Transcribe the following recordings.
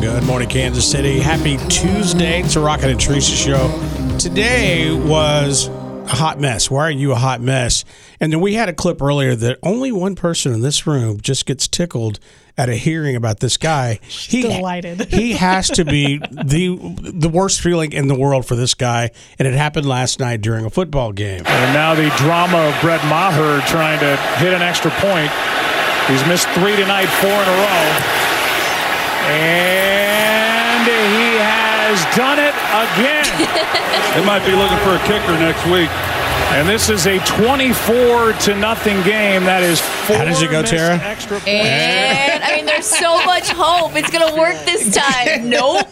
Good morning, Kansas City. Happy Tuesday. It's a Rocket and Teresa show. Today was a hot mess. Why are you a hot mess? And then we had a clip earlier that only one person in this room just gets tickled at a hearing about this guy. He, Delighted. he has to be the the worst feeling in the world for this guy, and it happened last night during a football game. And now the drama of Brett Maher trying to hit an extra point. He's missed three tonight, four in a row. And he has done it again. They might be looking for a kicker next week. and this is a 24 to nothing game. That is four. How did you go, missed Tara? Extra points. And I mean, there's so much hope. It's gonna work this time. Nope.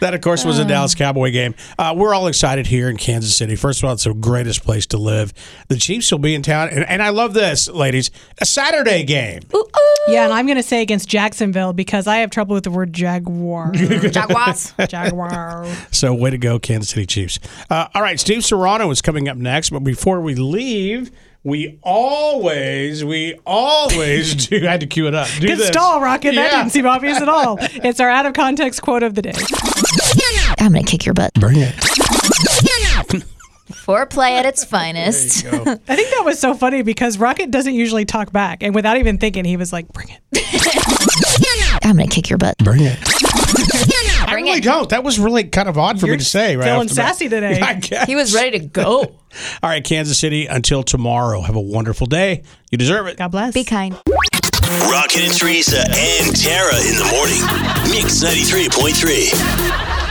That, of course, Um. was a Dallas Cowboy game. Uh, we're all excited here in Kansas City. First of all, it's the greatest place to live. The Chiefs will be in town. And, and I love this, ladies a Saturday game. Yeah, and I'm going to say against Jacksonville because I have trouble with the word jaguar. Jaguars. jaguar. So, way to go, Kansas City Chiefs. Uh, all right, Steve Serrano is coming up next. But before we leave, we always, we always do. I had to cue it up. Do Good this. stall, Rocket. That Yeah. didn't seem obvious at all. It's our out of context quote of the day. I'm gonna kick your butt. Bring it. Foreplay at its finest. I think that was so funny because Rocket doesn't usually talk back. And without even thinking, he was like, bring it. I'm gonna kick your butt. Bring it. I Bring really it. don't. That was really kind of odd for me You're to say, right? feeling off the bat. sassy today. I guess. He was ready to go. All right, Kansas City, until tomorrow, have a wonderful day. You deserve it. God bless. Be kind. Rocket and Teresa and Tara in the morning. Mix 93.3.